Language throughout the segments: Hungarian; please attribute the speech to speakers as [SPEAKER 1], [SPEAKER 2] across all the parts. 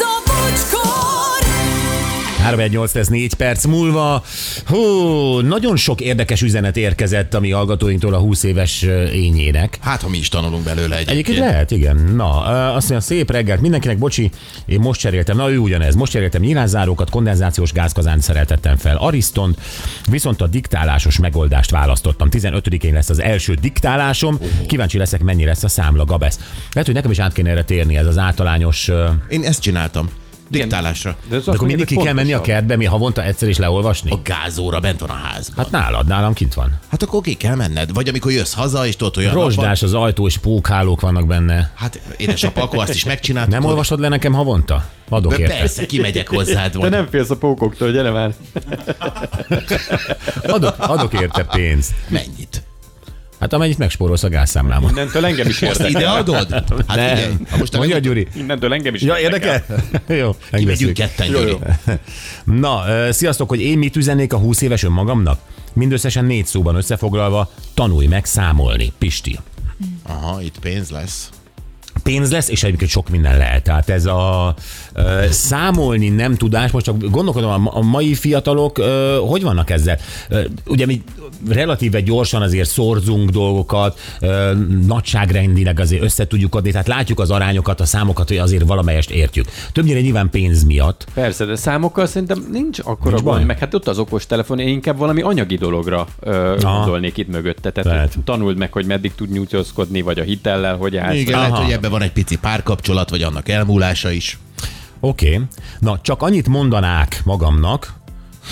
[SPEAKER 1] a bocskor!
[SPEAKER 2] 318 lesz 4 perc múlva. Hú, nagyon sok érdekes üzenet érkezett a mi hallgatóinktól a 20 éves ö, ényének.
[SPEAKER 3] Hát, ha mi is tanulunk belőle egyébként.
[SPEAKER 2] Egyébként lehet, igen. Na, ö, azt mondja, szép reggelt mindenkinek, bocsi, én most cseréltem, na ő ugyanez, most cseréltem nyilázárókat, kondenzációs gázkazánt szereltettem fel Ariston, viszont a diktálásos megoldást választottam. 15-én lesz az első diktálásom, kíváncsi leszek, mennyi lesz a számla, Gabesz. Lehet, hogy nekem is át kéne erre térni, ez az általányos... ö,
[SPEAKER 3] Én ezt csináltam. Diktálásra.
[SPEAKER 4] De ez
[SPEAKER 2] De
[SPEAKER 4] azt
[SPEAKER 2] akkor
[SPEAKER 4] mondja,
[SPEAKER 2] mindig ki
[SPEAKER 4] hogy
[SPEAKER 2] kell menni a
[SPEAKER 4] pontosabb.
[SPEAKER 2] kertbe, mi havonta egyszer is leolvasni?
[SPEAKER 3] A gázóra bent van a házban. Hát,
[SPEAKER 2] Hát nálad, nálam kint van.
[SPEAKER 3] hát akkor ki kell menned. Vagy amikor jössz haza, és tudod, hogy a
[SPEAKER 2] Rozsdás az ajtó és pókhálók vannak benne.
[SPEAKER 3] Hát édesapa, akkor azt is megcsináltam.
[SPEAKER 2] Nem olvasod le nekem havonta? Adok
[SPEAKER 3] De
[SPEAKER 2] érte.
[SPEAKER 3] persze, kimegyek hozzád.
[SPEAKER 4] Te
[SPEAKER 3] Vagy.
[SPEAKER 4] nem félsz a pókoktól, gyere már.
[SPEAKER 2] Adok, adok érte pénzt.
[SPEAKER 3] Mennyit?
[SPEAKER 2] Hát amennyit megspórolsz a gázszámlámon.
[SPEAKER 4] Innentől engem is
[SPEAKER 3] Most
[SPEAKER 4] érdekel.
[SPEAKER 3] ide adod? Hát
[SPEAKER 2] Nem.
[SPEAKER 3] ha most
[SPEAKER 2] Mondja
[SPEAKER 3] Mondja,
[SPEAKER 2] Gyuri.
[SPEAKER 4] Innentől engem is
[SPEAKER 2] Ja, érdekel? Jó,
[SPEAKER 3] megyünk
[SPEAKER 2] megveszünk.
[SPEAKER 3] ketten, Gyuri.
[SPEAKER 2] Na, ö, sziasztok, hogy én mit üzennék a 20 éves önmagamnak? Mindösszesen négy szóban összefoglalva, tanulj meg számolni, Pisti.
[SPEAKER 3] Aha, itt pénz lesz.
[SPEAKER 2] pénz lesz, és egyébként sok minden lehet. Tehát ez a ö, számolni nem tudás, most csak gondolkodom, a, ma- a mai fiatalok ö, hogy vannak ezzel? Ö, ugye mi relatíve gyorsan azért szorzunk dolgokat, ö, nagyságrendileg azért össze tudjuk adni, tehát látjuk az arányokat, a számokat, hogy azért valamelyest értjük. Többnyire nyilván pénz miatt.
[SPEAKER 4] Persze, de számokkal szerintem nincs akkora
[SPEAKER 2] Nincs
[SPEAKER 4] nincs
[SPEAKER 2] baj.
[SPEAKER 4] baj. Meg hát ott az okostelefon, én inkább valami anyagi dologra ö,
[SPEAKER 2] Aha.
[SPEAKER 4] gondolnék itt mögötte. Tehát
[SPEAKER 2] Lehet.
[SPEAKER 4] Lehet. tanuld meg, hogy meddig tud nyújtózkodni, vagy a hitellel, hogy állsz.
[SPEAKER 3] Igen,
[SPEAKER 2] Aha.
[SPEAKER 3] lehet, hogy ebben van egy pici párkapcsolat, vagy annak elmúlása is.
[SPEAKER 2] Oké. Okay. Na, csak annyit mondanák magamnak,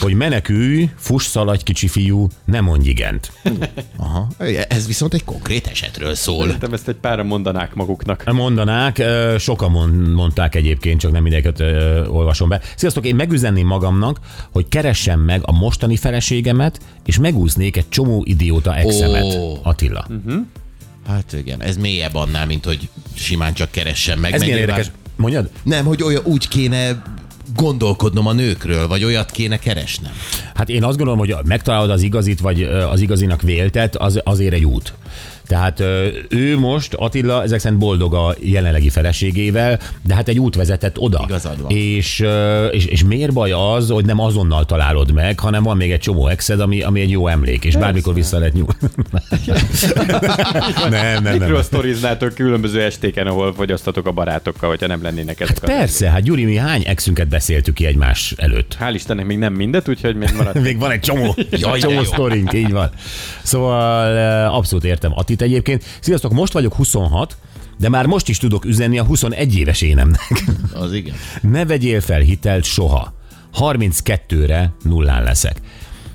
[SPEAKER 2] hogy menekülj, fuss, szaladj, kicsi fiú, ne mondj igent.
[SPEAKER 3] Aha. Ez viszont egy konkrét esetről szól.
[SPEAKER 4] Szerintem ezt egy pára mondanák maguknak.
[SPEAKER 2] Mondanák, ö, sokan mon- mondták egyébként, csak nem mindegyiket ö, olvasom be. Sziasztok, én megüzenném magamnak, hogy keressem meg a mostani feleségemet, és megúznék egy csomó idióta exemet.
[SPEAKER 3] Ó.
[SPEAKER 2] Attila.
[SPEAKER 3] Hát igen, ez mélyebb annál, mint hogy simán csak keressen meg.
[SPEAKER 2] Ez milyen
[SPEAKER 3] Mennyire
[SPEAKER 2] érdekes. Mondjad?
[SPEAKER 3] Nem, hogy olyan úgy kéne gondolkodnom a nőkről, vagy olyat kéne keresnem.
[SPEAKER 2] Hát én azt gondolom, hogy megtalálod az igazit, vagy ö, az igazinak véltet, az azért egy út. Tehát ö, ő most, Attila, ezek szerint boldog a jelenlegi feleségével, de hát egy út vezetett oda.
[SPEAKER 3] Igazad van.
[SPEAKER 2] És, ö, és, és miért baj az, hogy nem azonnal találod meg, hanem van még egy csomó exed, ami, ami egy jó emlék, és bármikor vissza lehet nyúlni. nem, nem, nem.
[SPEAKER 4] Mikről sztoriznátok különböző estéken, ahol fogyasztatok a barátokkal, hogyha nem lennének ezek hát
[SPEAKER 2] Persze, hát Gyuri, mi hány exünket beszéltük ki egymás előtt?
[SPEAKER 4] Hál' Istennek még nem mindet, úgyhogy még marad.
[SPEAKER 2] Még van egy csomó,
[SPEAKER 3] Jaj, de
[SPEAKER 2] csomó
[SPEAKER 3] jó.
[SPEAKER 2] sztorink, így van. Szóval eh, abszolút értem Atit egyébként. Sziasztok, most vagyok 26, de már most is tudok üzenni a 21 éves énemnek.
[SPEAKER 3] Az igen.
[SPEAKER 2] Ne vegyél fel hitelt soha. 32-re nullán leszek.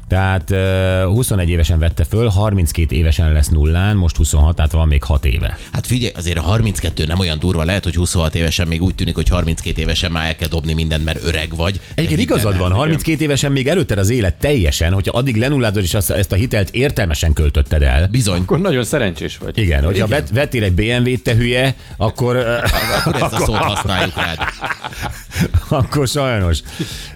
[SPEAKER 2] Tehát eh, 21 évesen vette föl, 32 évesen lesz nullán, most 26, tehát van még 6 éve.
[SPEAKER 3] Hát figyelj, azért a 32 nem olyan durva, lehet, hogy 26 évesen még úgy tűnik, hogy 32 évesen már el kell dobni mindent, mert öreg vagy. De
[SPEAKER 2] Egyébként
[SPEAKER 3] hidd el,
[SPEAKER 2] igazad van, 32 évesen még előtted az élet teljesen, hogyha addig lenullázod és azt, ezt a hitelt értelmesen költötted el.
[SPEAKER 3] Bizony.
[SPEAKER 4] Akkor nagyon szerencsés vagy.
[SPEAKER 2] Igen, hogyha vet, vettél egy BMW-t, te hülye, akkor, ö,
[SPEAKER 3] Akkor ezt a szót használjuk rád.
[SPEAKER 2] akkor sajnos.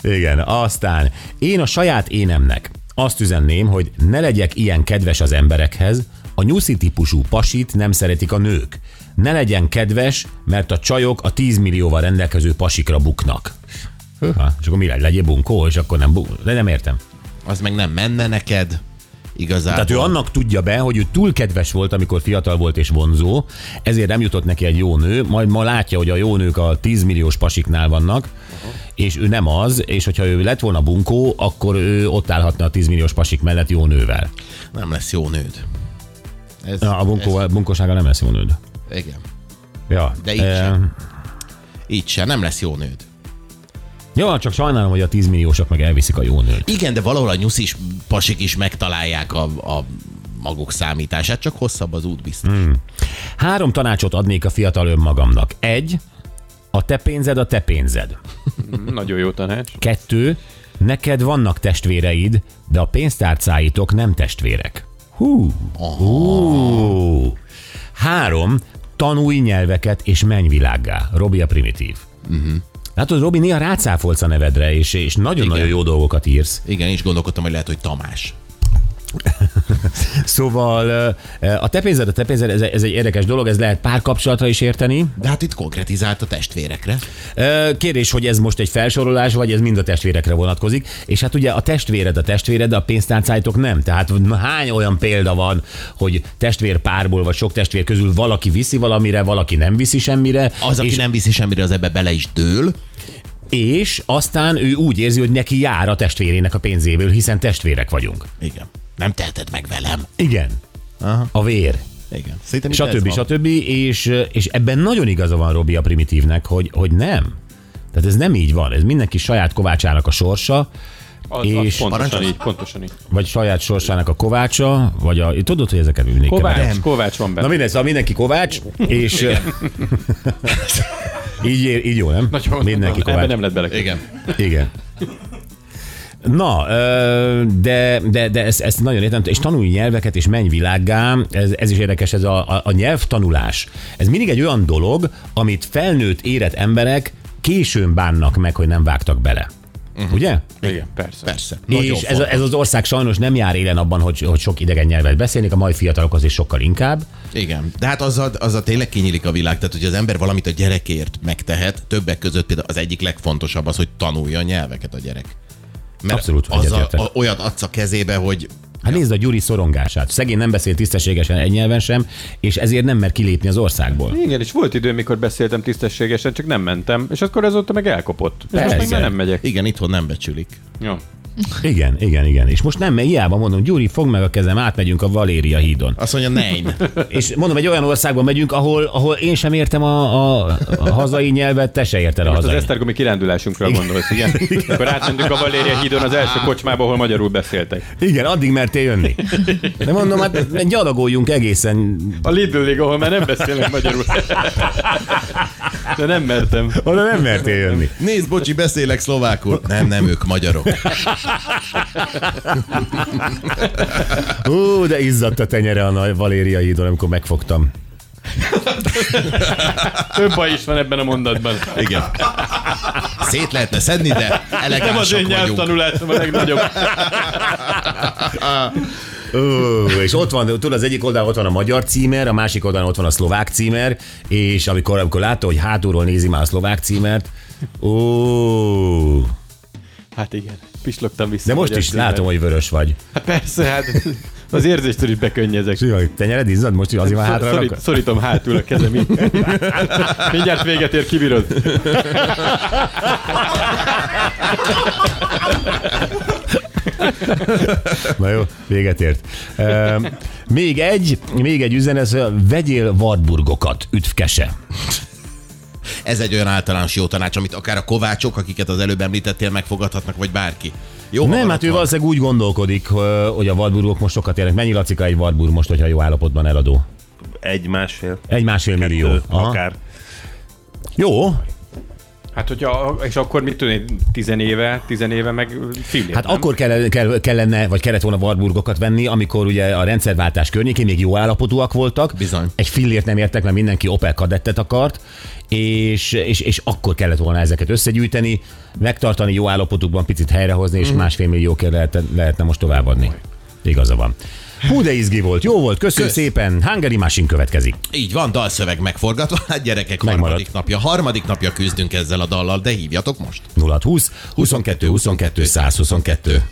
[SPEAKER 2] Igen, aztán én a saját énemnek azt üzenném, hogy ne legyek ilyen kedves az emberekhez, a nyuszi típusú pasit nem szeretik a nők. Ne legyen kedves, mert a csajok a 10 millióval rendelkező pasikra buknak. Hűha, és akkor mi legy, legyél bunkó, és akkor nem buk... De nem értem.
[SPEAKER 3] Az meg nem menne neked. Igazából.
[SPEAKER 2] Tehát ő annak tudja be, hogy ő túl kedves volt, amikor fiatal volt és vonzó, ezért nem jutott neki egy jó nő, majd ma látja, hogy a jó nők a 10 milliós pasiknál vannak, és ő nem az, és hogyha ő lett volna bunkó, akkor ő ott állhatna a 10 milliós pasik mellett jó nővel.
[SPEAKER 3] Nem lesz jó nőd. Ez,
[SPEAKER 2] Na, A bunkó, bunkósága nem lesz jó nőd.
[SPEAKER 3] Ez, igen.
[SPEAKER 2] Ja.
[SPEAKER 3] De így
[SPEAKER 2] Eh,
[SPEAKER 3] sem. Így sem, nem lesz jó nőd.
[SPEAKER 2] Jó, csak sajnálom, hogy a 10 milliósak meg elviszik a jó nőt.
[SPEAKER 3] Igen, de valahol a nyuszis pasik is megtalálják a, a maguk számítását, csak hosszabb az út biztos.
[SPEAKER 2] Hmm.
[SPEAKER 3] Mm.
[SPEAKER 2] Három tanácsot adnék a fiatal önmagamnak. Egy, a te pénzed a te pénzed.
[SPEAKER 4] Mm, Nagyon jó tanács.
[SPEAKER 2] Kettő, neked vannak testvéreid, de a pénztárcáitok nem testvérek. Hú. Hú. Három, tanulj nyelveket és menj világgá. Robi a primitív. Uh-huh. Látod, Robi, néha rácáfolsz a nevedre, és, és nagyon-nagyon
[SPEAKER 3] Igen.
[SPEAKER 2] jó dolgokat írsz.
[SPEAKER 3] Igen, és gondolkodtam, hogy lehet, hogy Tamás.
[SPEAKER 2] Szóval ö, a te pénzed, a te pénzed, ez, ez egy érdekes dolog, ez lehet párkapcsolatra is érteni.
[SPEAKER 3] De hát itt konkretizált a testvérekre.
[SPEAKER 2] Ö, Kérdés, hogy ez most egy felsorolás, vagy ez mind a testvérekre vonatkozik. És hát ugye a testvéred a testvéred, de a pénztárcáitok nem. Tehát hány olyan példa van, hogy testvérpárból, vagy sok testvér közül valaki viszi valamire, valaki nem viszi semmire.
[SPEAKER 3] Az, aki
[SPEAKER 2] és,
[SPEAKER 3] nem viszi semmire, az ebbe bele is dől.
[SPEAKER 2] és aztán ő úgy érzi, hogy neki jár a testvérének a pénzéből, hiszen testvérek vagyunk.
[SPEAKER 3] Igen. Nem teheted meg velem.
[SPEAKER 2] Igen. Aha. A vér.
[SPEAKER 3] Igen. Szerintem itt ez
[SPEAKER 2] stb.
[SPEAKER 3] van.
[SPEAKER 2] stb. És, és ebben nagyon igaza van Robi a primitívnek, hogy, hogy nem. Tehát ez nem így van, ez mindenki saját kovácsának a sorsa,
[SPEAKER 4] Az,
[SPEAKER 2] És
[SPEAKER 4] és az pontosan
[SPEAKER 3] parancsolj.
[SPEAKER 4] így, pontosan így.
[SPEAKER 2] vagy saját sorsának a kovácsa, vagy a... Tudod, hogy ezeket mindig keverem?
[SPEAKER 4] Kovács, Kovács van
[SPEAKER 2] Na
[SPEAKER 4] benne.
[SPEAKER 2] mindegy, szóval mindenki kovács, és... így, ér- így jó, nem?
[SPEAKER 4] Nagyon-
[SPEAKER 2] mindenki
[SPEAKER 4] ebben
[SPEAKER 2] kovács.
[SPEAKER 4] nem lett bele.
[SPEAKER 3] Igen.
[SPEAKER 2] Igen. Na, ö, de, de, de ezt, ezt nagyon értem, és tanulj nyelveket, és menj világgá, ez, ez is érdekes, ez a, a, a nyelvtanulás. Ez mindig egy olyan dolog, amit felnőtt érett emberek későn bánnak meg, hogy nem vágtak bele.
[SPEAKER 4] Mhm.
[SPEAKER 2] Uh-huh. Ugye?
[SPEAKER 4] Igen, persze.
[SPEAKER 3] Persze. Nagyon
[SPEAKER 2] És ez,
[SPEAKER 3] fontos.
[SPEAKER 2] a- ez az ország sajnos nem jár élen abban, hogy, hogy sok idegen nyelvet beszélnek, a mai fiatalok azért sokkal inkább.
[SPEAKER 3] Igen, de hát azzal, azzal tényleg kinyílik a világ, tehát hogy az ember valamit a gyerekért megtehet, többek között például az egyik legfontosabb az, hogy tanulja a nyelveket a gyerek. Mert
[SPEAKER 2] Abszolút,
[SPEAKER 3] az a,
[SPEAKER 2] egyetértek.
[SPEAKER 3] a, olyat adsz a kezébe, hogy
[SPEAKER 2] Hát nézd a Gyuri szorongását. Szegény nem beszél tisztességesen egy nyelven sem, és ezért nem mer kilépni az országból.
[SPEAKER 4] Igen, és volt idő, mikor beszéltem tisztességesen, csak nem mentem, és akkor azóta meg elkopott. És most meg
[SPEAKER 2] Persze.
[SPEAKER 4] már nem megyek.
[SPEAKER 3] igen, itthon nem becsülik.
[SPEAKER 4] Ja.
[SPEAKER 2] Igen, igen, igen. És most nem, mert hiába mondom, Gyuri, fogd meg a kezem, átmegyünk a Valéria hídon.
[SPEAKER 3] Azt mondja, nein.
[SPEAKER 2] És mondom, egy olyan országban megyünk, ahol, ahol én sem értem a, a, a hazai nyelvet, te se érted a
[SPEAKER 4] Most az
[SPEAKER 2] hazai.
[SPEAKER 4] esztergomi kirándulásunkra gondolsz, igen? Akkor átmentünk a Valéria hídon az első kocsmába, ahol magyarul beszéltek.
[SPEAKER 2] Igen, addig mertél jönni. De mondom, hát gyalogoljunk egészen.
[SPEAKER 4] A Lidl-ig, ahol már nem beszélek magyarul. De nem mertem.
[SPEAKER 2] Oda nem mertél jönni.
[SPEAKER 3] Nézd, bocsi, beszélek szlovákul. Nem, nem, ők magyarok.
[SPEAKER 2] Ú, de izzadt a tenyere a nagy Valéria hídon, amikor megfogtam.
[SPEAKER 4] Több baj is van ebben a mondatban. Hát
[SPEAKER 3] Igen. Szét lehetne szedni, de
[SPEAKER 4] Nem az
[SPEAKER 3] elegánsak
[SPEAKER 4] én
[SPEAKER 3] vagyunk.
[SPEAKER 4] nyelvtanulásom a legnagyobb.
[SPEAKER 2] Ó, és ott van, tudod, az egyik oldalon ott van a magyar címer, a másik oldalon ott van a szlovák címer, és amikor, amikor látta, hogy hátulról nézi már a szlovák címert, ó,
[SPEAKER 4] Hát igen, pislogtam vissza.
[SPEAKER 2] de most
[SPEAKER 4] magyar
[SPEAKER 2] is
[SPEAKER 4] címmel.
[SPEAKER 2] látom, hogy vörös vagy.
[SPEAKER 4] Hát persze, hát az érzéstől is bekönnyezek.
[SPEAKER 2] Tudod, tenyered izzad, most is azért van hátra
[SPEAKER 4] Szorít-
[SPEAKER 2] rakod?
[SPEAKER 4] Szorítom hátul a kezem így. Mindjárt véget ér, kibírod.
[SPEAKER 2] Na jó, véget ért. Ehm, még egy, még egy üzenet, ez a vegyél vadburgokat, üdvkese.
[SPEAKER 3] Ez egy olyan általános jó tanács, amit akár a kovácsok, akiket az előbb említettél, megfogadhatnak, vagy bárki. Jó, ha
[SPEAKER 2] Nem,
[SPEAKER 3] van
[SPEAKER 2] hát ő
[SPEAKER 3] otthon.
[SPEAKER 2] valószínűleg úgy gondolkodik, ö, hogy a vadburgok most sokat érnek. Mennyi lacika egy vadburg most, hogyha jó állapotban eladó?
[SPEAKER 5] Egy, másfél.
[SPEAKER 2] Egy másfél millió.
[SPEAKER 5] Ö,
[SPEAKER 2] Aha.
[SPEAKER 5] Akár.
[SPEAKER 2] Jó,
[SPEAKER 4] Hát, hogyha, és akkor mit tudni, tizenéve, tizenéve meg fillér,
[SPEAKER 2] Hát
[SPEAKER 4] nem?
[SPEAKER 2] akkor kell, kell, kellene, vagy kellett volna Warburgokat venni, amikor ugye a rendszerváltás környékén még jó állapotúak voltak.
[SPEAKER 3] Bizony.
[SPEAKER 2] Egy fillért nem értek, mert mindenki Opel kadettet akart, és, és, és akkor kellett volna ezeket összegyűjteni, megtartani jó állapotukban, picit helyrehozni,
[SPEAKER 3] Mhm.
[SPEAKER 2] és másfél milliókért lehetne, lehetne most továbbadni. Igaza van. Hú, de izgi volt, jó volt, köszönjük
[SPEAKER 3] Kösz.
[SPEAKER 2] szépen. Hungary Machine következik.
[SPEAKER 3] Így van, dalszöveg megforgatva. Hát gyerekek,
[SPEAKER 2] Megmaradt.
[SPEAKER 3] harmadik napja. Harmadik napja küzdünk ezzel a dallal, de hívjatok most.
[SPEAKER 2] 0 20 22 22 122.